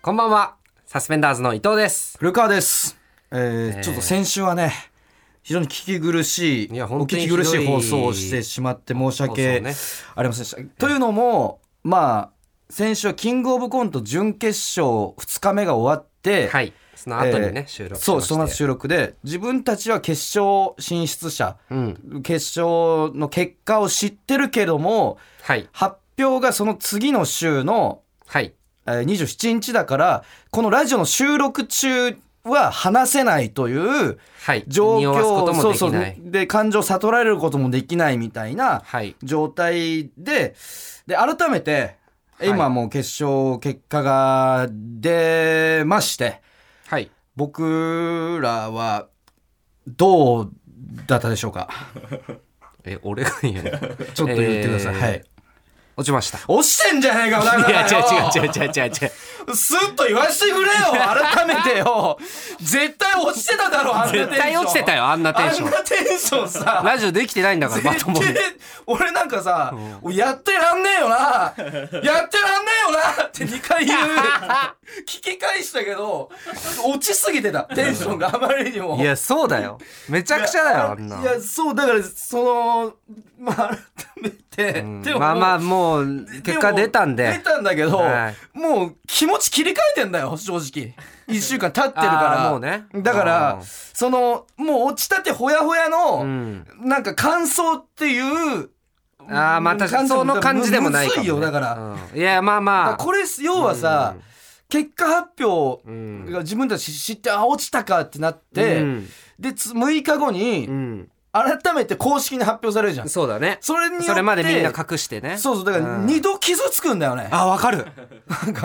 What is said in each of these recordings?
こんばんは。サスペンダーズの伊藤です。古川です、えーちょっと先週はね非常に聞き苦しいいやお本当聞にひきどい苦しい放送をしてしまって申し訳放ありませんでした、というのもまあ先週はキングオブコント準決勝2日目が終わって、はい。その後にね、えー収録しましてそうその後収録で自分たちは決勝進出者、決勝の結果を知ってるけどもはい。発表がその次の週のはい。えー27日だからこのラジオの収録中は話せないというはい。状匂わすこと況もそうでそきうない。で感情悟られることもできないみたいなはい。状態でで改めてい今もう決勝結果が出ましてはい。僕らはどうだったでしょうかえ、俺が言う のちょっと言ってください、えーはい落ちま した。落ちてんじゃねえかだからよいや、違う違う違う違う違う。スッと言わして くれよ改めてよ絶対落ちてただろあんなテンション絶対落ちてたよ、あんなテンショあンん。なテンションさラジオできてないんだから、まともに絶。対俺なんかさ、やってらんねえよなやってらんねえよなって2 回言う聞き返したけど落ちすぎてたテンションがあまりにもいや、そうだよ。めちゃくちゃだよ、あんな。いやそうだからそのまあ改めて、うんでもまあまあ、もう、で結も果出たん出で。たんだけど、はもう気持ち切り替えてんだよ、正直。一週間経ってるかあーら。もうねだかうらん、その、もう落ちたてほやほやの、うん。なんか感想っていう、ああ、まあ確かにその感じでもないかも、ね。むずいよ、だから。うん。いや、まあまだかあ。らこれ、要はさ、結果発表うんが自分たち知って、あ、落ちたかってなって、うんで、つ6日後にう、ん。改めて公式に発表されるじゃん。そうだね。それによって、それまでみんな隠してね。そうそう、だからうん二度傷つくんだよね。あ、わかる。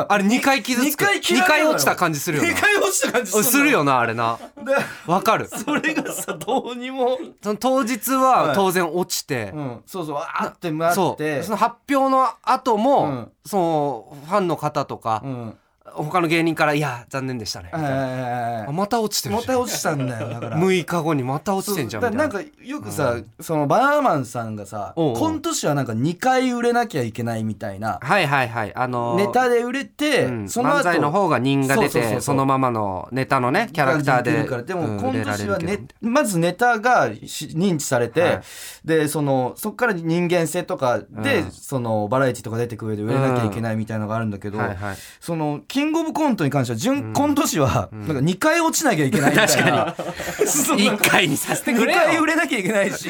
あれ2回傷つく。二回嫌い二なのよ落ちた感じするよ二な。回落ちた感じするうんのするよな、あれな。でわかる。それがさどうにも、その当日ははい当然落ちてう。ん、そうそうあってなってそう。その発表の後うもん、そのファンの方とかう、ん他の芸人から、いや、残念でしたね。みたいなえあまた落ちてー、るまじゃんた。落ちたんだよだから6日後にまた落ちてんじゃん。みだたいななんかよくさ、そのバーマンさんがさおうおうコント師はなんか2回売れなきゃいけないみたいなはいはいはい。あのーネタで売れて、うんその後漫才の方が人が出てそそうそうそうそうのままのネタのねキャラクター感じでるからでうもんコント師は、売れられねるけまずネタがし認知されて、はいでそのそこから人間性とかで、うんそのバラエティとか出てく上で売れなきゃいけないみたいなのがあるんだけど、どはい はい、そのキングオブコントに関しては準、コント師はなんか2回落ちなきゃいけないみたいなそうなん1回にさせてく2れよ回売れなきゃいけない し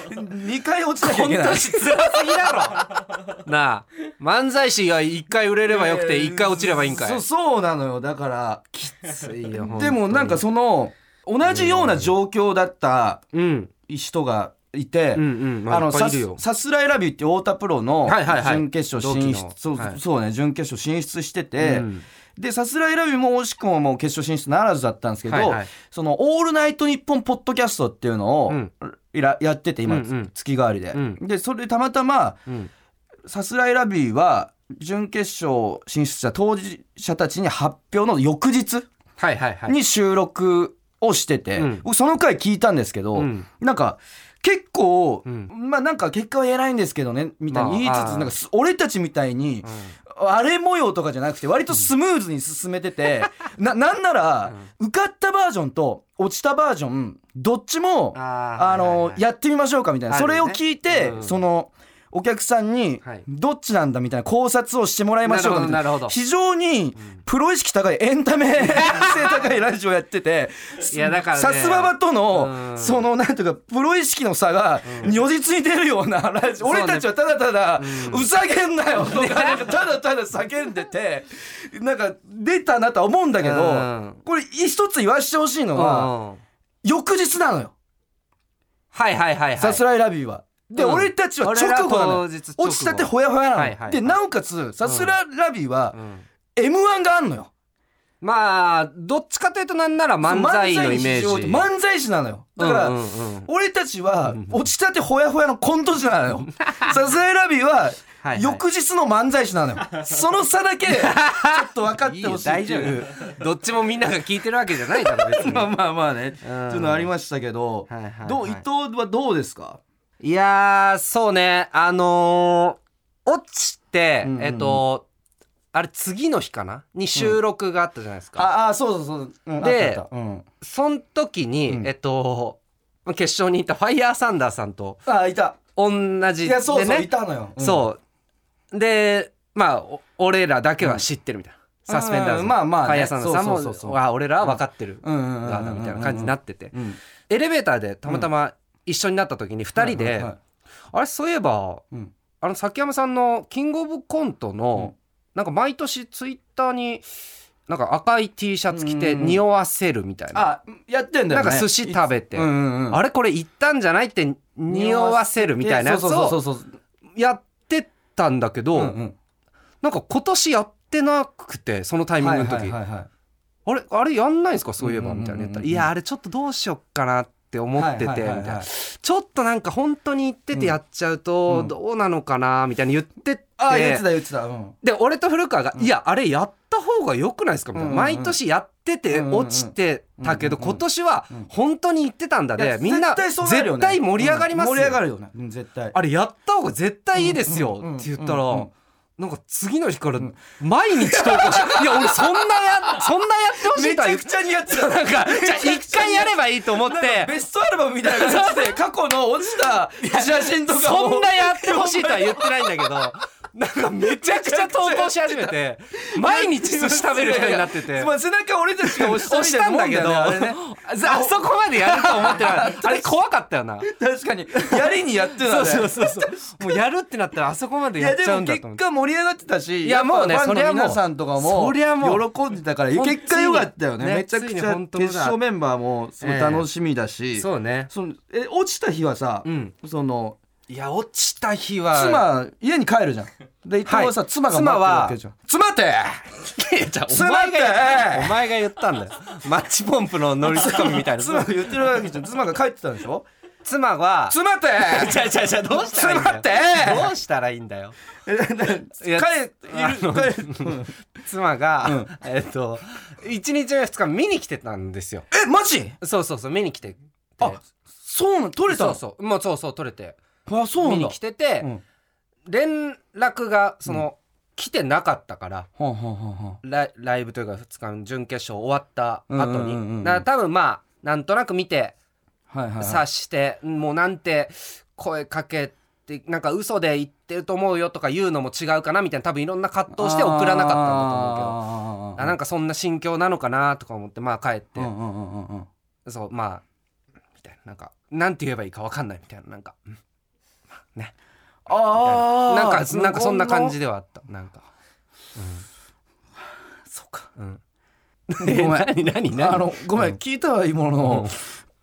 2回落ちなきゃコいンけないト師つらすぎだろ なあ漫才師が1回売れればよくて1回落ちればいいんかいそうそうなのよだからついよでもなんかその同じような状況だったうん人がいて、うんうんまああのいっぱいさいるよさすらいラビーって太田プロのはいはいはい準決勝進同出、期のそうはいそうね準決勝進出してて、うんでさすらいラビーも惜しくももう決勝進出ならずだったんですけど、はいはいその「オールナイトニッポン」ポッドキャストっていうのを、うんらやってて今、うんうん月替わりで、うんでそれでたまたまうんさすらいラビーは準決勝進出した当事者たちに発表の翌日はいはいはいに収録をしてて、うん僕その回聞いたんですけど、うんなんか結構、うんまあなんか結果は偉いんですけどねみたいに言いつつ、まああーなんかす俺たちみたいに、あれ模様とかじゃなくて割とスムーズに進め てて、ななんなら、受かったバージョンと落ちたバージョンどっちもああの、やってみましょうかみたいな、あるそよねれを聞いて、うんそのお客さんに、はいどっちなんだみたいな考察をしてもらいましょうかみたいなるほどなるほど非常にプロ意識高いエン タメ性高いラジオやってていやだからねさすばばとの、うんそのなんとかプロ意識の差が如実に出るようなラジオ、そうね俺たちはただただ「ふざけんなよ」とかな んかただただ叫んでてなんか出たなとは思うんだけど、うんこれ一つ言わしてほしいのうんは、翌日なのよ。はいはいはいはいさすらいラビーは。で、うん俺たちは直後なのよ俺ら当日直後落ちたてほやほやなの、はいはいはいでなおかつさすらいラビーはうん、 m 1があんのよまあどっちかというとなんなら漫才のイメージ漫才に非常に漫才師なのよだから、うんうんうん俺たちは落ちたてほやほやのコント師なの よさすらいラビーははいはい翌日の漫才師なの よその差だけちょっと分かっいいてよほしい大って丈いう夫どっちもみんなが聞いてるわけじゃないから別 にまあまあまあね、うんっていうのありましたけど、はいはいはいどう伊藤はどうですかいやーそうねあのー、落ちて、うんうんえっとあれ次の日かなに収録があったじゃないですか、ああそうそうそう、うんであったあったうんそん時に、うんえっと決勝にいたファイヤーサンダーさんとあいた同じいでねやそうそう、いたのよ、うんそうでまあお俺らだけは知ってるみたいな、サスペンダーズうのんまあまあねファイヤーサンダーさんもそうそうそうそうわあ俺らは分かってるうんうんうんうん側だみたいな感じになってて、うんエレベーターでたまたま一緒になった時に2人で、はいはいはいあれそういえばうんあの崎山さんのキングオブコントの、なんか毎年ツイッターになんか赤い T シャツ着てうん匂わせるみたいな、あやってんだなよんかね寿司食べて、うんうんうんあれこれ行ったんじゃないって匂わせるみたいなやつそうそをうそうそうやってたんだけど、うんうんなんか今年やってなくてそのタイミングの時、はいはいはいはいあれあれやんないんですかそういえばうんうみんうんたういんな言ったら「いやあれちょっとどうしよっかな」って思っててみはたいいはいはいはいなちょっとなんか本当に言っててやっちゃうとうんどうなのかなみたいに言ってって、あ言ってた言ってたうんで俺と古川が「いやあれやった方が良くないですか」みたいな、うんうんうん毎年やっててうんうんうん落ちてたけど、うんうんうん今年はうん本当に言ってたんだいで、やみんな絶対そうなるよ絶ね対盛り上がりますよ、うん盛り上がるよねうん絶対あれやった方が絶対いいですようんうんうんって言ったら。うんうんなんか次の日からん毎日投稿して、いや俺そんなや、そんなやってほしいめちとは言ゃっくちゃ似合ってたなんか、じゃあ一回やればいいと思っなんかて、ベストアルバムみたいな感 じで過去の落ちた写真とかをそんなやってほしいとは言ってないんだけど、なんかめちゃくちゃ投稿し始めて、毎日寿司食べる人になっててま。あ背中俺たちが押した押したんだけど、ああれねあそこまでやると思ってない。あれ怖かったよな。確かに やりにやってたねそうそうそうそう。もうやるってなったらあそこまでいややっちでゃうもんだと思結って。果盛り上がってたしいやもうねっぱファンそりゃのもう皆さんとかもそりゃも喜んでたからほん結果良かったよねついにねつめちゃくちいにゃ本当決だ勝メンバーもすごい楽しみだし、そうね。そのえ落ちた日はさ、うんそのいや、落ちた日は。妻家に帰るじゃんで伊藤はさ、はい妻が待ってるわけじゃん妻ってお前が妻ってお前が言ったんだよ。マッチポンプの乗りツッコミみたいな。妻が言ってるわけじゃん妻が帰ってたんでしょ妻 は、妻ってじゃあじゃあじゃあどうしたらいいんだよ妻ってどうしたらいいんだよ帰いやあの帰る帰るうん妻が、えっと1日目2日目見に来てたんですよえマジそうそうそう見に来ててあそうなん取れたそのうそうもうそうそう撮れてあそうな見んだに来てて、うん連絡がその、来てなかったからほんほんほんほんライライブというか2日の準決勝終わった後に、うんうんうんうんだから多分まあなんとなく見てはいはいはい察して、もうなんて声かけてなんか嘘で言ってると思うよとか言うのも違うかなみたいな多分いろんな葛藤して送らなかったんだと思うけど思あなんかそんな心境なのかなとか思ってまあ帰って、うんうんうんうんうんそうまあみたいななんかなんて言えばいいかわかんないみたいななんか、うんまあねあーなんかなんかそんな感じではあったなんかそうかうんご めん何何何あのごめん、聞いたはいいものの、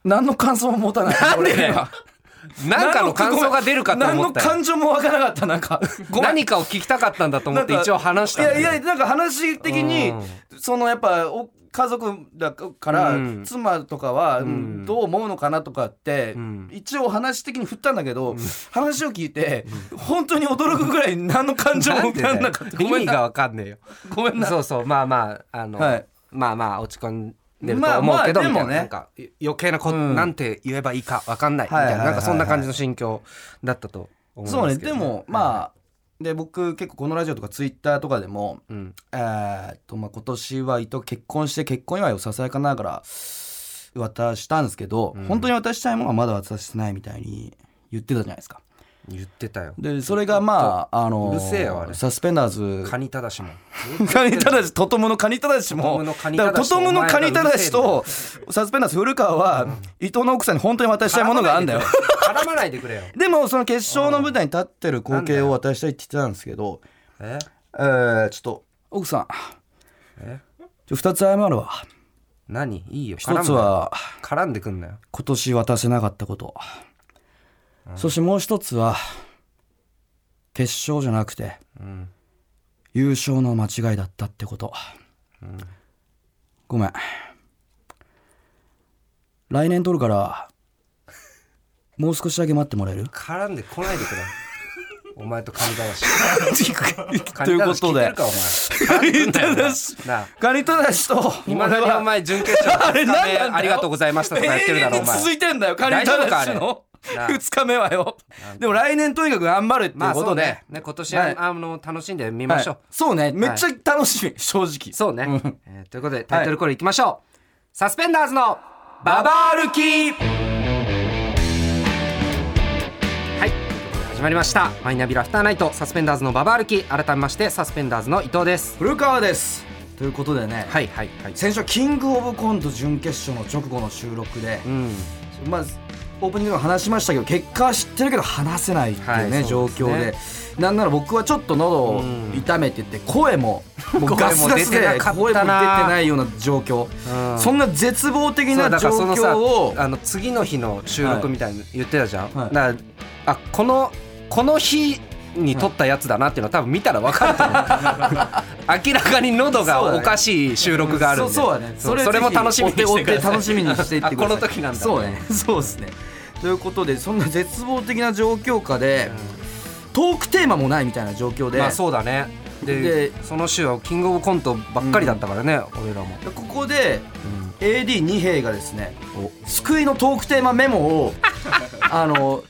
何の感想も持たないなんでだよ俺今なんかの感想が出るかと思何っのたよ感情もわからなかったなんかごめん何かを聞きたかったんだと思ってなんか一応話しいたんだやけいどやなんか話的にそのやっぱお家族だから、うん妻とかは、んどう思うのかなとかって、うん一応話的に振ったんだけど、話を聞いて、本当に驚くぐらい何の感情なもん浮でかだんなよかった意ごめん味がなわかんねえよごめんなそうそうまあまああの、はいまあまあ落ち込んでるまとあ思うけど、まあみたいでなもねなんかよ余計なこ、んなんて言えばいいかわかんないみはいたいは,、ないはいなんかそんな感じの心境だったと思いそうまねすけどで、もまあで僕結構このラジオとかツイッターとかでもうん、えーっとまあ今年は伊藤結婚して結婚祝いをささやかながら渡したんですけど、うん本当に渡したいものはまだ渡してないみたいに言ってたじゃないですか言ってたよでそれがまああのうるせえよあれサスペンダーズカニタダシもカニただしトトムのカニただしもトトムのカニだタかダらトシトムのカニただしお前らうとサスペンダーズ古川は、伊藤の奥さんに本当に渡したいものがあるんだよ絡まないでくれよでもその決勝の舞台に立ってる光景を渡したいって言ってたんですけど、ええー、ちょっと奥さんえちょ2つ謝るわ何いいよ1つは絡んでくんなよ今年渡せなかったこと、そしてもう1つは決勝じゃなくて、ん優勝の間違いだったってこと、ごめん来年取るからもう少しだけ待ってもらえる絡んでこないでくれお前とカニタダシカといニうタこダシ聞といてでるかおカニた前だしなあカニただしといまだにお前準決勝 あれ2日何なんだ目よありがとうございましたとかやってるだろお永遠に前続いてんだよカニ大丈夫かあただしれのなあ2日目はよでも来年とにかく頑張るっていまうあこそとうで、ねね今年はいはあの楽しんでみましょうはいそうねめっちゃ楽しみ、正直そうねうんえーということでタイトルコールいきましょうサスペンダーズのババババ歩きはいということで始まりましたマイナビラフターナイトサスペンダーズのババ歩き改めましてサスペンダーズの伊藤です古川ですということでね、はいはいはい先週はキングオブコント準決勝の直後の収録でう、んまあオープニングでも話しましたけど結果は知ってるけど話せないっていうね、はい状況そうででなんなら僕はちょっと喉をうん痛めてて声ももう 声もガスガスで出てなかったな声も出てないような状況、うんそんな絶望的そうなだか状らそのさ況をあの次の日の収録みたいに言ってたじゃん、はいだからあこのこの日に撮ったやつだなっていうのは多分見たら分かると 思う明らかに喉がおかしい収録があるんでそうそうだねそうそれも楽しみにしてください楽しみにしていっあてくださいこの時なんだそうねそうですねということでそんな絶望的な状況下で、トークテーマもないみたいな状況で、まあそうだねででその週はキングオブコントばっかりだったからね、俺らも、ここで AD2 兵がですねお救いのトークテーマメモ をあの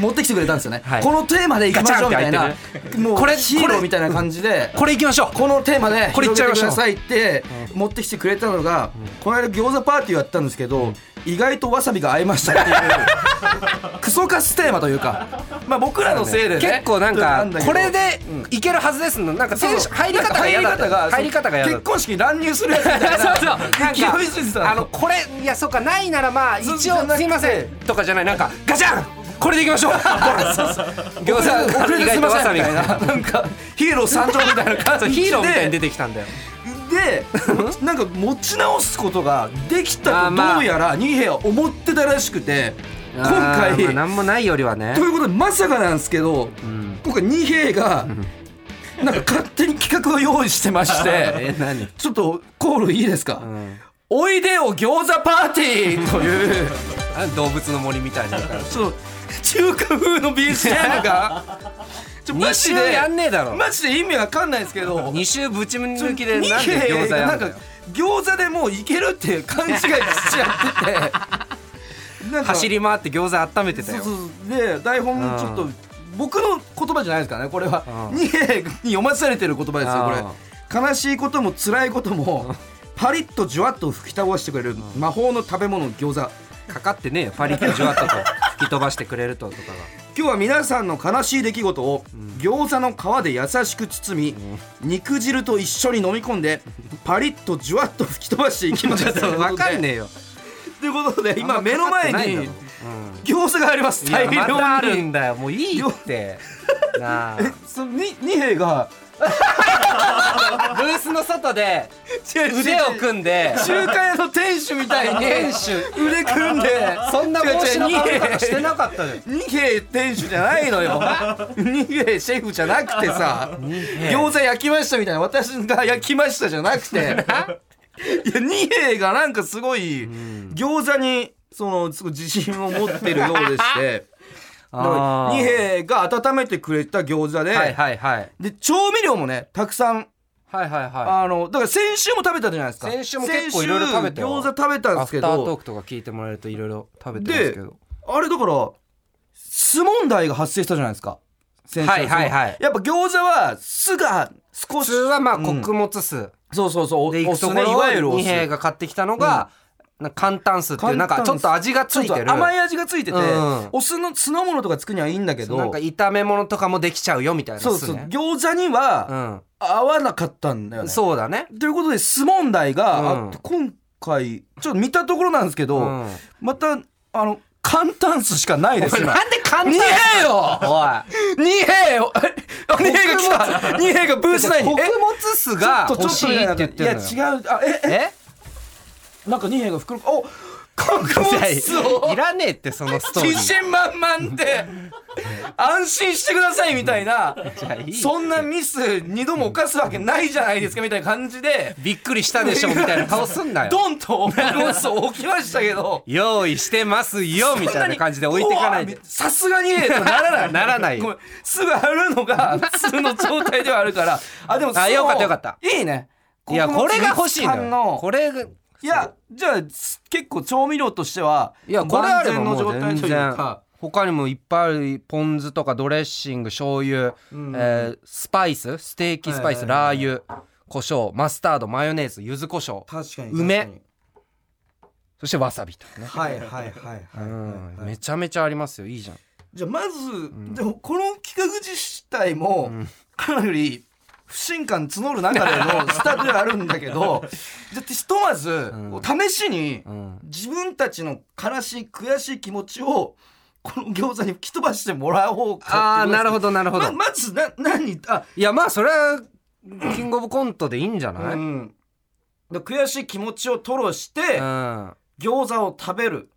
持ってきてくれたんですよね、はいこのテーマでいきましょうみたいなガチもうこれヒーローみたいな感じでこれいきましょうこのテーマでこれいっちゃいましょう広げてくださいって持ってきてくれたのが、この間餃子パーティーをやったんですけど、意外とわさびが合いましたっ ていうクソカステーマというかまあ僕らのせいでね結構なんかだけどこれでいけるはずですのなんかそうテンション入り方が嫌だった入り方が入り方が嫌だ結った婚式に乱入するやつみたいな そうそうなんか勢いづいてたあのこれいやそうかないならまあ一そう応じゃなくてすいませんとかじゃないなんかガチャンこれでいきましょ う餃子遅れてすいませんみたいなな んかヒーロー参上みたいな感そうじでヒーローみたいに出てきたんだよ でなんか持ち直すことができたあーとまあどうやら二兵は思ってたらしくて今あーまあ回なんもないよりはねということでまさかなんですけどん今回二兵がなんか勝手に企画を用意してまして え何ちょっとコールいいですかん「おいでよ餃子パーティー」と いうあ動物の森みたいな 感じちょっと中華風の BGM がちょ2週やんねえだろマジで意味わかんないですけど2週ぶち抜きなでなんで餃子やんなだんよか餃子でもういけるっていう勘違いしちゃ っててなんか走り回って餃子温めてたそうよそうそうで台本ちょっと、う僕の言葉じゃないですからねこれは、うん二兵に読まされてる言葉ですうよこれ悲しいことも辛いこともパリッとジュワッと吹き倒してくれる魔法の食べ物餃子かかってねえよパリッとジュワッとと吹き飛ばしてくれるととかが今日は皆さんの悲しい出来事を餃子の皮で優しく包み、肉汁と一緒に飲み込んで パリッとジュワッと吹き飛ばしていきまちょすっ と分かんねえよということで今あんま目のかかってな前いんだにろうん餃子がありますい大やまたあ量るにんだよもういいってなあブそのに二兵がースの外で違う違う腕を組んで中華屋の店主みたいに 店主腕組んでそんな帽子の違う違うかぶ二り兵方してなかったじゃん二兵店主じゃないのよ二兵シェフじゃなくてさ餃子焼きましたみたいな私が焼きましたじゃなくていや二兵がなんかすごい餃子にそのすごい自信を持ってるようでして だから二兵が温めてくれた餃子で、はいはいはいで調味料もねたくさんはいはいはあのだから先週も食べたじゃないですか先週も結構いろいろ食べたよ先週餃子食べたいんでアすけフタートーどクとか聞いてもらえるといろいろ食べてますけどあれだから酢問題が発生したじゃないですか先週はいはいはいやっぱ餃子は酢が少普し通はまあうん穀物酢そうそうそうおで行おくとこ酢ねいろをわゆるお二酢兵が買ってきたのがなんか簡単酢っていうなんかちょっと味がついちょてっると甘い味がついてて、うんお酢の酢の物とか作るにはいいんだけどなんか炒め物とかもできちゃうよみたいなそう酢そうね餃子にはうん合わなかったんだよね、そうだねということで酢問題があって、うん今回ちょっと見たところなんですけど、うんまたあの簡単酢しかないですおい今なんで簡単二兵よおい二 兵よあ二兵が来た二兵がブース内に穀え物酢がちょっと欲ちしょっといって言ってるのよいや違うあえええなんか二兵が袋お韓国酢をいらねえってそのストーリ自ー信満々で安心してくださいみたいなゃあいいそんなミス二度も犯すわけないじゃないですかみたいな感じでびっくりしたでしょみたいな顔すんなよドンと韓国酢を置きましたけど用意してますよみたいな感じで置いていかないおでわさすがにええと ならないならないごめんすぐあるのが普通の状態ではあるから あでもあそうよかったよかったいいねいやこれが欲しいののよこれがいやじゃあす結構調味料としてはいやこれあれば万全もの状う態全という然か他にもいっぱいあるポン酢とかドレッシング醤油、んえースパイスステーキスパイス、はいはいはいはいラー油胡椒マスタードマヨネーズ柚子胡椒確かに梅確かにそしてわさびとかね、はいはいはいはいはういんはいめちゃめちゃありますよいいじゃん じゃあまず、でもこの企画自体もかなり不信感募る中でのスタートではあるんだけどだってひとまず、試しにん自分たちの悲しい悔しい気持ちをこの餃子に吹き飛ばしてもらおうかあっあていうなるほどなるほど、ままずな何あいやまあそれはキングオブコントでいいんじゃない、ううんんで悔しい気持ちを吐露して、うん餃子を食べる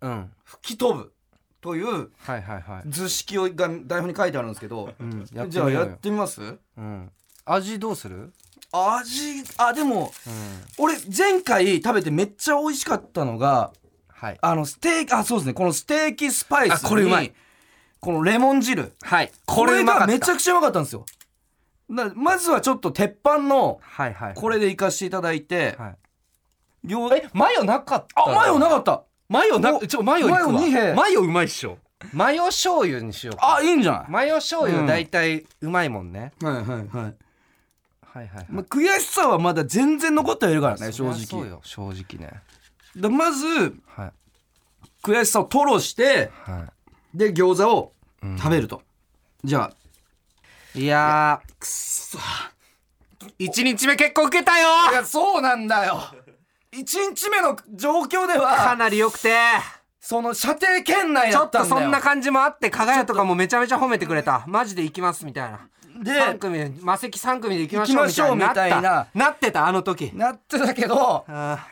吹き飛ぶというはいはいはい、図式をが台本に書いてあるんですけど、うん、やってみじゃあようやよってみますうん、味どうする、味あでもうん、俺前回食べてめっちゃ美味しかったのがはいあのステーキあそうですねこのステーキスパイスにあこれうまいこのレモン汁はいこれうまかがっためちゃくちゃうまかったんですよなまずはちょっと鉄板のはいはいこれでいかしていただいて、はい餃えマヨなかったあマヨなかったマヨなおちょマヨいくわマヨ二兵マヨうまいっしょマヨ醤油にしようかあいいんじゃない、マヨ醤う油ん大体うまいもんね、はいはいはいはいはいはい、まあ、悔しさはまだ全然残ってはいるからねそりゃ正直そうよ正直ねでまずはい悔しさを吐露してはで餃子を食べると、じゃあいいやーくっそ一日目結構受けたよいやそうなんだよ1日目の状況でかはなり良くてその射程圏内ちだょっったとんだよそんな感じもあって加賀谷とかもめちゃめちゃ褒めてくれたマジで行きますみたいな3で組で魔石3組で行きましょうみたいになっ行きましょうみたたいななってたあの時なってたけどあ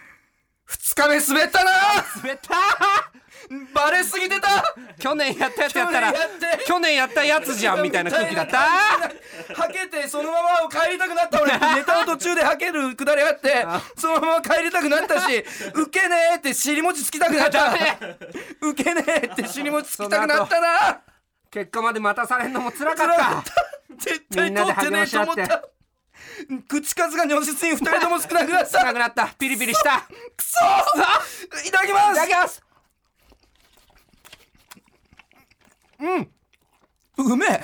2日目滑ったなー滑ったバレすぎてた去年やったやつやったら去年やって去年やったやつじゃんみたいな空気だった はけてそのまま帰りたくなった俺ネタの途中ではけるくだりあってそのまま帰りたくなったしウケねえって尻餅つきたくなったウケねえって尻餅つきたくなったな結果まで待たされんのも 辛か辛かっったた絶対通ってねえと思った口数が如実に2人とも少なくなった辛くなったピリピリしたくそいただきまいただきますすうめえ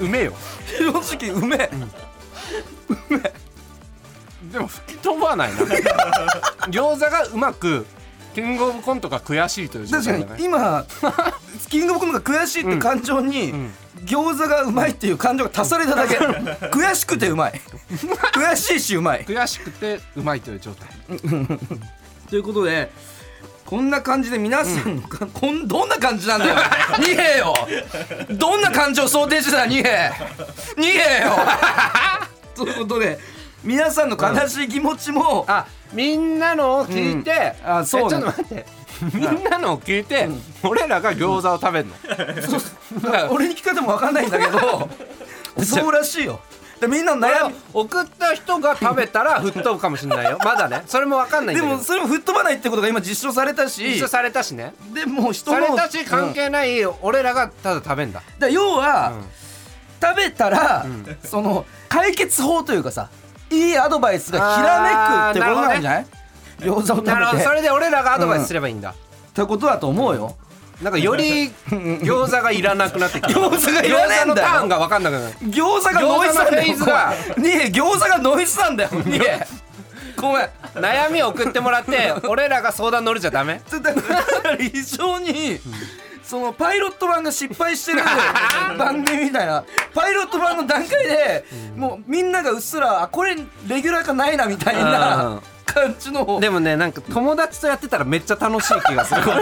うめえよ正直うめえでも吹き飛ばないな餃子がうまくキングオブコントが悔しいという状確態だねかに今キングオブコントが悔しいって感情に、餃子がうまいっていう感情が足されただけ悔しくてうまい悔しいしうまい悔しくてうまいという状態ということでこんな感じで皆さんのか、 こんどんな感じなんだよ二兵よどんな感情を想定してた二兵二兵よということで皆さんの悲しい気持ちも、あみんなのを聞いて、うんあそうえちょなっとの待って みんなのを聞いて、俺らが餃子を食べるの、だから 俺に聞かれても分かんないんだけ どそうらしいよでみんなのこれ悩をみ送った人が食べたら吹っ飛ぶかもしれないよまだねそれも分かんないんでだけどもそれも吹っ飛ばないってことが今実証されたし一緒されたしねでも人されのたし関うん係ない俺らがただ食べんだ、だ要うは、ん食べたら、その解決法というかさいいアドバイスがひらめくってことなんじゃない餃子を食べなるほどそてれで俺らがアドバイスすればいいんだ、ってことだと思うよ、なんかより 餃子がいらなくなってきた餃子がいらねえんだよ餃子のターンが分かんなくなる餃子がノイズなんだよ餃子のフェーズがここ ねえ餃子がノイズなんだ よねえごめん悩みを送ってもら って俺らが相談乗るじゃダメだから非常に、そのパイロット版が失敗してる 番組みたいなパイロット版の段階で、もうみんながうっすらあこれレギュラーかないなみたいうんな感じのでもねなんか友達とやってたらめっちゃ楽しい気がす るこれ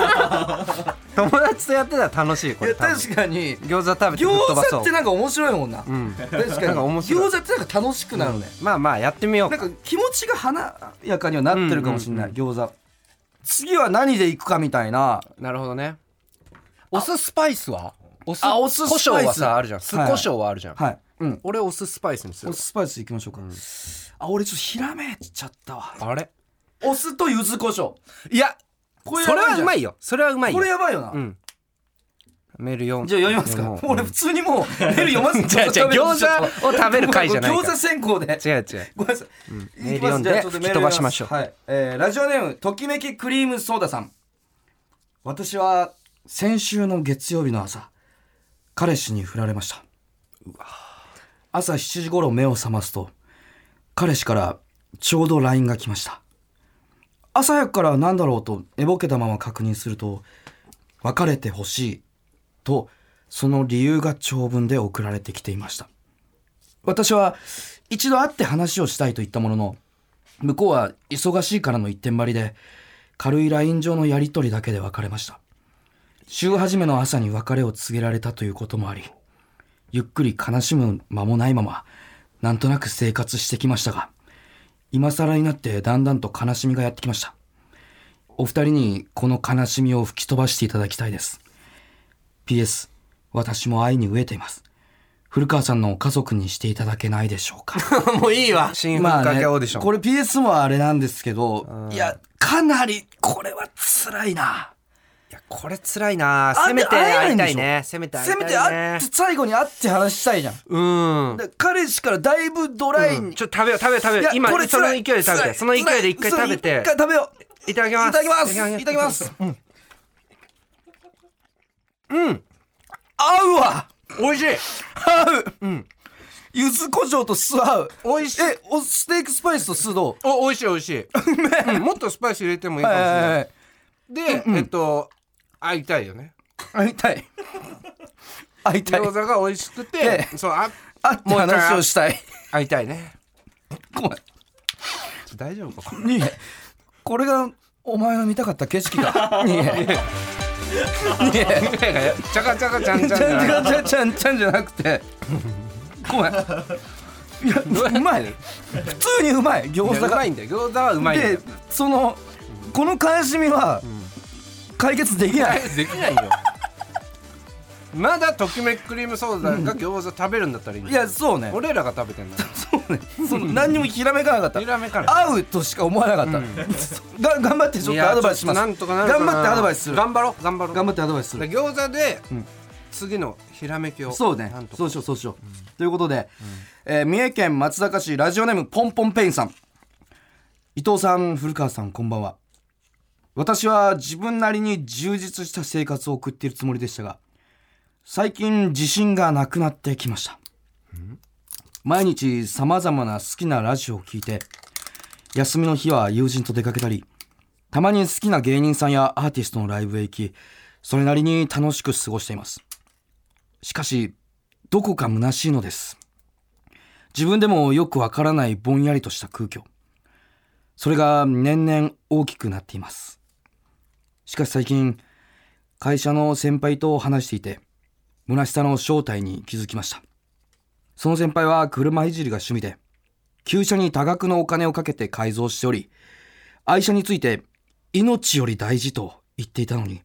友達とやってたら楽しいこいれや多分確かに餃子食べて餃ぶっ飛ば子そうってなんか面白いもんな、うん確かになんか面白い餃子ってなんか楽しくなるね、まあまあやってみようなんか気持ちが華やかにはなってるかもしれない、う餃子次は何でいくかみたいななるほどねお酢スパイスはお酢あお酢胡スパイ椒スはさあるじゃん酢胡はい椒はあるじゃん、はいうん俺お酢スパイスにすおる酢スパイスいきましょうか、あ俺ちょっとひらめいちゃったわあれお酢と柚子胡椒いやこれそれはうまいいよそれはうまいよこれやばいよな、うんメール読んじゃあ読みますか、もう俺普通にもうメール読まずに違 う違う餃子を食べる回じゃないか 餃子先行で違う違う ごめんなさい、メールいきま読すんじゃあでちょっと吹メーきル飛ばしましょう読みすはい、えーラジオネームときめきクリームソーダさん私は先週の月曜日の朝彼氏に振られました朝7時頃目を覚ますと彼氏からちょうど LINE が来ました朝早くから何だろうと寝ぼけたまま確認すると別れてほしいとその理由が長文で送られてきていました私は一度会って話をしたいと言ったものの向こうは忙しいからの一点張りで軽い LINE 上のやり取りだけで別れました週初めの朝に別れを告げられたということもありゆっくり悲しむ間もないままなんとなく生活してきましたが今更になってだんだんと悲しみがやってきましたお二人にこの悲しみを吹き飛ばしていただきたいです PS 私も愛に飢えています古川さんの家族にしていただけないでしょうかもういいわ 新風かけオーディション、これ PS もあれなんですけどんいやかなりこれは辛いないやこれ辛いなあせめて会いたい会えないんねでせめて会いせたいねめて会って最後に会って話したいじゃんうんで彼氏からだいぶドライにちょっと食べよう食べよう食べいよやう今これその勢辛いで食べ辛てその勢いで一回辛食べて一回食べよういただきいますただきますいただきますうん合うわ美味しい合ううん柚子胡椒と酢合う美味しいえおステーキスパイスと酢どうお美味しい美味しい、 うんもっとスパイス入れてもいいかもしれない、はいで、えっと会いたいよね会いたい会いたい餃子が美味しくて、えそうあ会って話をしたい会いたいねごめん大丈夫かにえこれがお前の見たかった景色だにえにえいやいやちゃかちゃかちゃんちちゃんゃじんゃ ないちゃんちゃんちゃんじゃなくてごめんいやうまい普通にうまい餃餃子子がうがまいんだよ餃子はうまいんだでよそのこの悲しみは解決できないできないよまだときめきクリームソーダが餃子食べるんだったらいいんだいよやそうね俺らが食べてんだよそうねその何にもひらめかなかっひたらめかない合うとしか思わなかった が頑張って ちょっいとやアドバイスしますちょっとなんとかなるかな頑張ってアドバイスする頑張ろう頑張ろう頑張ってアドバイスするで餃子で、ん次のひらめきをそうねなんとかそうしようそうしよう、ということで、えー三重県松阪市ラジオネームポンポンペインさん伊藤さん古川さんこんばんは私は自分なりに充実した生活を送っているつもりでしたが最近自信がなくなってきました毎日さまざまな好きなラジオを聞いて休みの日は友人と出かけたりたまに好きな芸人さんやアーティストのライブへ行きそれなりに楽しく過ごしていますしかし、どこか虚しいのです。自分でもよくわからないぼんやりとした空虚。それが年々大きくなっています。しかし最近、会社の先輩と話していて、虚しさの正体に気づきました。その先輩は車いじりが趣味で、旧車に多額のお金をかけて改造しており、愛車について命より大事と言っていたのに、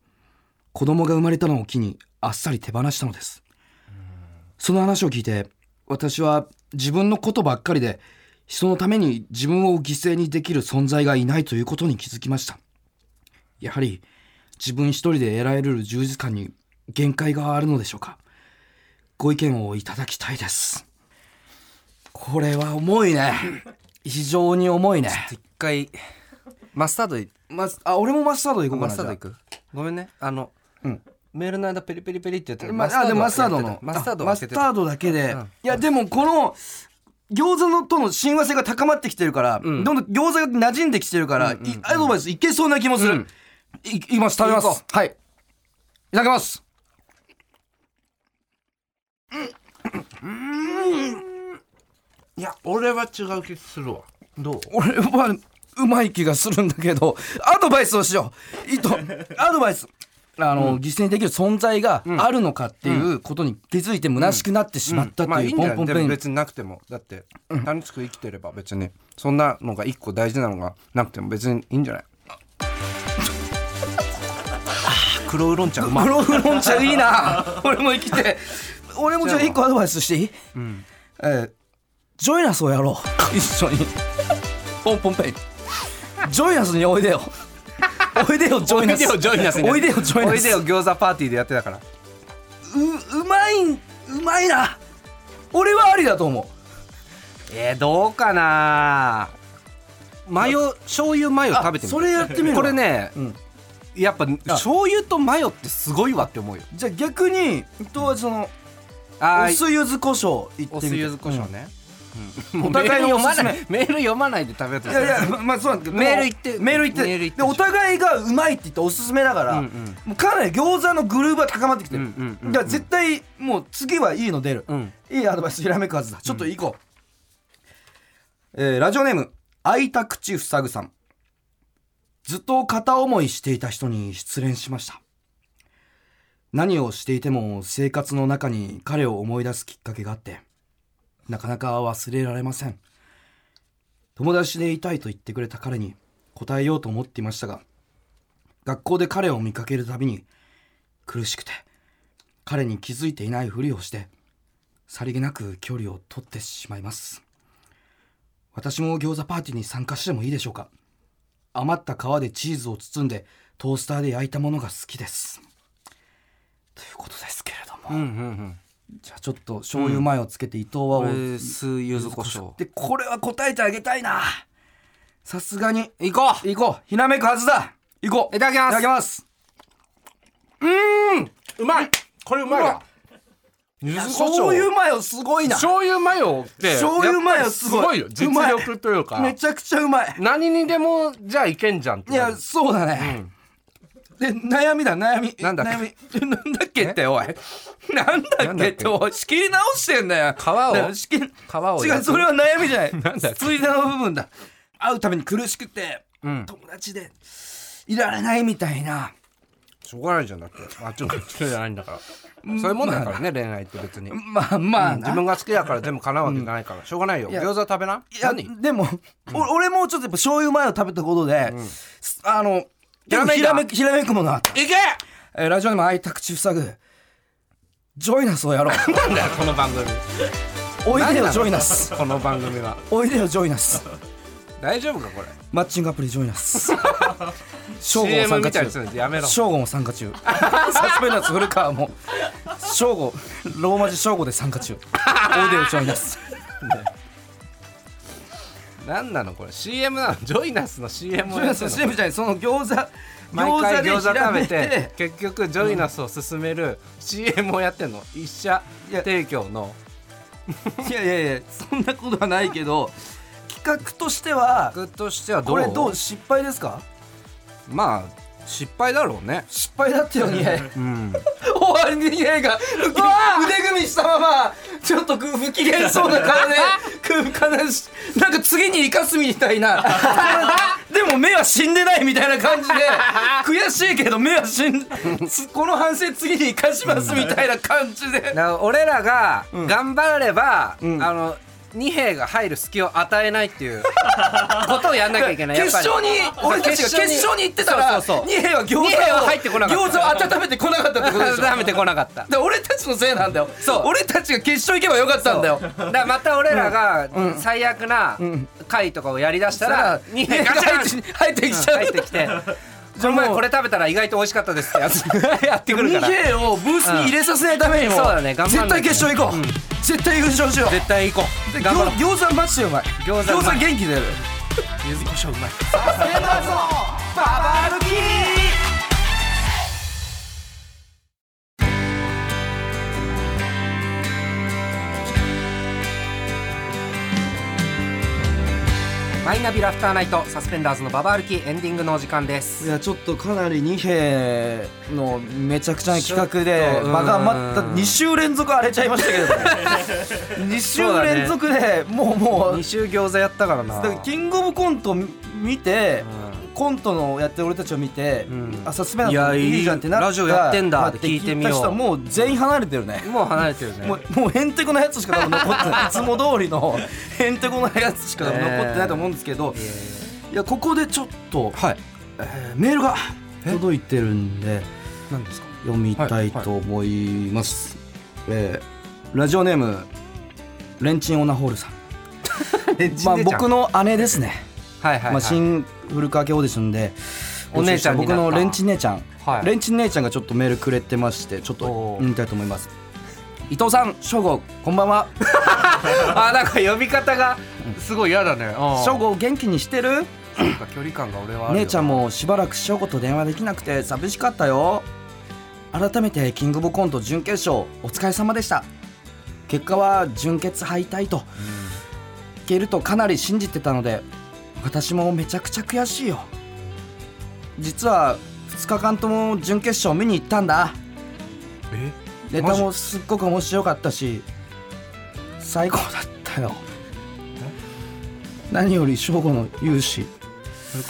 子供が生まれたのを機にあっさり手放したのですその話を聞いて私は自分のことばっかりで人のために自分を犠牲にできる存在がいないということに気づきましたやはり自分一人で得られる充実感に限界があるのでしょうかご意見をいただきたいですこれは重いね非常に重いね一回マスタードいまあ俺もマスタードでいこうかマなスタードいじゃくごめんねあの、うんメールの間ペリペリペリってやってあるまあ、でもマスタードやってのたマスタードをあマ開スけてタたードだけで、うんいやでもこの餃子のとの親和性が高まってきてるから、んどんどん餃子が馴染んできてるから、いアドバイスいけそうな気もする、うんいいきます食べまいこすはいいただきますいや俺は違う気するわどう俺はうまい気がするんだけどアドバイスをしよういいとアドバイスあの、犠牲にできる存在があるのかっていうことに気づいて虚しくなってしまったってまあいいいうんポだンポよンペでもン別になくてもだって楽しく生きてれば別にそんなのが一個大事なのがなくても別にいいんじゃないあー黒ウーロン茶うまいマロフロン茶いいな俺も生きて俺もじゃあ一個アドバイスしていい、えージョイナスをやろう一緒にポンポンペイジョイナスにおいでよおいでよジョイナスおいでよジョイナスにおいでよジョイナおスいでよ餃子パーティーでやってたからううまいんうまいな俺はありだと思うえー、どうかなマヨ醤油マヨ食べてみあそれやってみるわこれね、んやっぱ醤油とマヨってすごいわって思うよじゃあ逆に伊藤はそのあお酢柚子胡椒いってみてお酢柚子胡椒ね、うんもうおメー互いルのお読ますすめないメール読まないで食べようといしてるやいやままあそうなんだけどメール行ってメール行ってメール行ってでお互いがうまいって言っておすすめだから、うんうんもうかなり餃子のグルーヴは高まってきてる、うんうんうんうんだから絶対もう次はいいの出る、うんいいアドバイスひらめくはずだちょっと行こう、えーラジオネーム開いた口ふさぐさんずっと片思いしていた人に失恋しました何をしていても生活の中に彼を思い出すきっかけがあってなかなか忘れられません友達でいたいと言ってくれた彼に答えようと思っていましたが学校で彼を見かけるたびに苦しくて彼に気づいていないふりをしてさりげなく距離を取ってしまいます私も餃子パーティーに参加してもいいでしょうか余った皮でチーズを包んでトースターで焼いたものが好きですということですけれども、うんうんじゃあちょっと醤油マヨつけて伊藤はうおん酢柚子胡椒でこれは答えてあげたいなさすがにいこう行こうひらめくはずだ行こういただきますいただきますうまいこれうまいわ柚子胡醤油椒マヨすごいな醤油マヨって醤油マヨすごいやっぱりすごいよ実力というかめちゃくちゃうまい何にでもじゃあいけんじゃんっていやそうだね、で悩みだ悩みなんだっけ悩み なんだっけっておいなんだなっんだけっっけておい仕切り直してんだよ皮をだから仕切り皮を違うそれは悩みじゃな いなんだっけついでの部分だ会うために苦しくて、ん友達でいられないみたいなしょうがないじゃんだってあっちの好きじゃないんだからそういうもんだからね恋愛って別にまあまあな、自分が好きだから全部叶うわけいかないからしょうがないよいや餃子食べないや何でも、お俺もちょっとやっぱ醤油マヨ食べたことで、すあのひらめいたひらめくひらめくものがあった、いけえーラジオにも開いた口塞ぐジョイナスをやろ うなんだよこの番組おいで何なよのジョイナスこの番組はおいでよジョイナ ス大丈夫かこれマッチングアプリジョイナ スショーゴも CM 参み加たいにす中るんでやめろショーゴも参加 中サスペンダーズ古川もショーゴローマ字ショーゴで参加 中おいでよジョイナス何なのこれ CM なのジョイナスの CM をジョイやナっスてんのの CM じゃないその餃子毎回餃子食べひらめいて結局ジョイナスを勧める CM をやってんの一社提供のいやいやいやそんなことはないけど企画としては僕としてはどこうれどう失敗ですかまあ失敗だろうね失敗だったよねうん終わりに家が腕組みしたままちょっと不不機嫌そうな顔で悲しなんか次に生かすみたいなでも目は死んでないみたいな感じで悔しいけど目は死んこの反省次に生かしますみたいな感じでだから俺らがうん頑張れば、うんあの二兵が入る隙を与えないって いうことをやんなきゃいけないやっ決ぱり勝に俺たちが決勝に行ってたらそうそうそう二兵は餃子を二兵は入ってこなかった餃子を温めてこなかったってことでしょ温めてこなかったで俺たちのせいなんだよそう俺たちが決勝行けばよかったんだよだからまた俺らがうん最悪なうん回とかをやりだしそしたたらら二二兵兵ガがチャン入って入ってきちゃう入ってき て「この前これ食べたら意外と美味しかったです」ってやつ やってくる二から兵をブースに入れさせないためにうも、んそうだね頑張ん絶ない対とね決勝行こう、うん絶対優勝しよう絶対行こう頑張ろう餃餃子マジでうまい餃子うまい元気出る柚子胡椒うまいババ抜きマイナビラフターナイトサスペンダーズのババ歩きエンディングのお時間ですいやちょっとかなり二兵のめちゃくちゃな企画ちょでっとうんまがまった2週連続荒れちゃいましたけれど も2週連続でもうもう二週餃子やったからなだからキングオブコント見て、コントのやってる俺たちを見て、んあサスペンダいやーズいいいいじゃんってなったラジオやってんだってな聞いてみよう聞た人はもう全員離れてるね、もう離れてるねもうもうへんてこなやつしか多分残って ないいつも通りのへんてこなやつしか多分残ってないと思うんですけど、いやここでちょっと、はいえーメールが届いてるんで何ですか読みたいと思います、えーラジオネームレンチンオナホールさん、 まあ、僕の姉ですねはいはいはいま あ、新古川家オーディションでお姉ちゃんにな僕ったのレンチン姉ちゃん、はいレンチン姉ちゃんがちょっとメールくれてましてちょっとおー見たいと思います伊藤さん翔吾こんばんはあなんか呼び方がすごい嫌だね翔吾元気にしてるそっか距離感が俺はあるよ姉ちゃんもしばらく師匠と電話できなくて寂しかったよ改めてキングボコント準決勝お疲れ様でした結果は準決敗退と、いけるとかなり信じてたので私もめちゃくちゃ悔しいよ実は2日間とも準決勝見に行ったんだネタもすっごく面白かったし最高だったよ何より正吾の勇姿 それ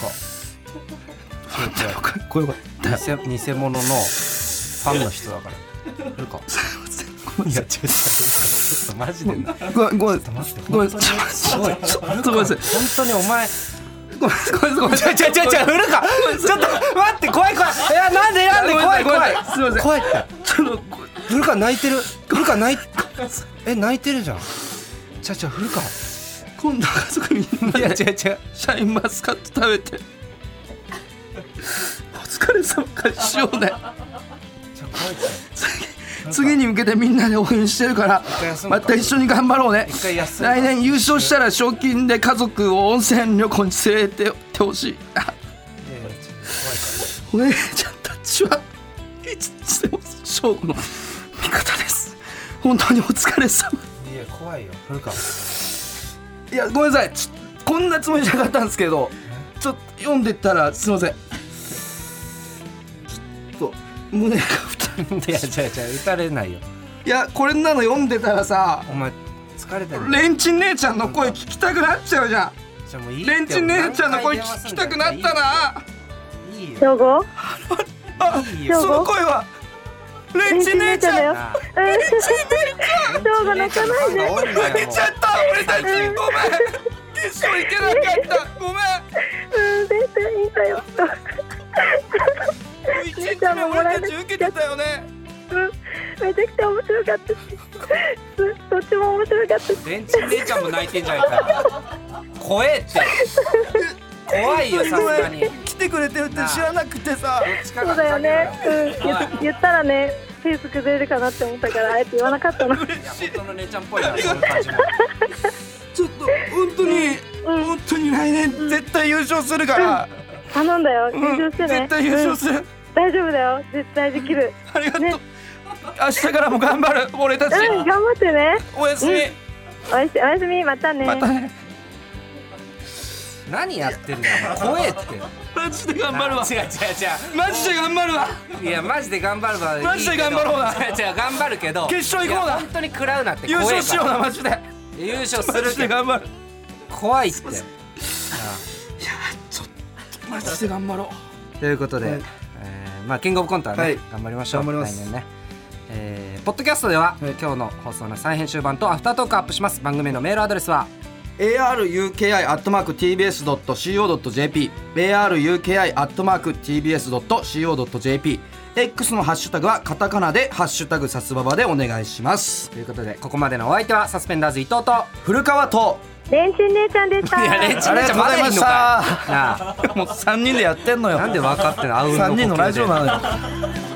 かかっこよかったよ偽偽物のファンの人だからそれかいや違う違うちょ っとマジでなごめんごめん待ってごめんちょちょちょちょっとごめんなさい本当にお前ごめんごめんごめんなさいちょちょちょ古かちょっと待って怖い怖いいやなんでなんで怖いごめん怖いなさいごめんなさいすいません怖いってちょっと古川泣いてる古川泣いえ泣いてるじゃんちゃちゃ古川今度家族みんなでシャインマスカット食べてお疲れ様かしようね次に向けてみんなで応援してるから回休むかまた一緒に頑張ろうね一回休むか来年優勝したら賞金で家族を温泉旅行に連れてってほしい お姉ちゃんたちはいつでも勝負の味方です本当にお疲れ様いや怖いよ古川いやごめんなさいちょこんなつもりじゃなかったんですけどちょっと読んでったらすいませんちょっと胸が太る いやちゃちゃ打たれないよいやこれなの読んでたらさお前疲れてるレンチン姉ちゃんの声聞きたくなっちゃうじゃじゃあもういいんってレンチン姉ちゃんの声聞きたくなったないいよ正午あいいよその声はレンチン姉ちゃんだよ。なあうん。正午泣かないで。多いんだよ負けちゃった俺たちごめん決勝行けなかったごめうん、全然いいんだよ。ん1日目俺たち受けてたよねうん。めちゃくちゃ面白かったし。うんどっちも面白かったし。レンチン姉ちゃんも泣いてんじゃないか怖えって怖いよさすがにどっ来てくれてるって知らなくてさちかそがうだよね。ふざけうろよん。言言ったらね、ペース崩れるかなって思ったから、あえて言わなかっ たの。いや本当の姉ちゃんっぽいなその感じもちょっと本当に本当に来年絶対優勝するから、頼んだよ。う優ん勝してね。絶対優勝する、うん大丈夫だよ。絶対できる。ありがとう、ね明日からも頑張る俺たち、うん、頑張ってね。おやすみ、うんおやすおやすみ、またね。またね何やってんだよお前怖えってマジで頑張るわ違う違う違マジで頑張るわういやマジで頑張るわマジで頑張ろうな違う違う頑張るけど決勝行こうなやい本当に食らうなって優怖えから勝しようなマジで優勝すマるジでけど頑張る怖いってマジで頑張ろうということで、はいえーまあキングオブコントはね、はい頑張りましょう。頑張ります来年ね。えーポッドキャストでは、今日の放送の再編集版とアフタートークアップします。番組のメールアドレスは aruki.tbs.co.jp aruki.tbs.co.jp X のハッシュタグはカタカナで「ハッシュタグさすばば」でお願いしますということでここまでのお相手はサスペンダーズ伊 藤と。古川とレンチン姉ちゃんでした。いやレンチンあり姉がちとうんゃごまざだいいまんしのたかい。なあもう3人でやってんのよなんで分かってんの。あうんの呼吸3人のラジオなのよい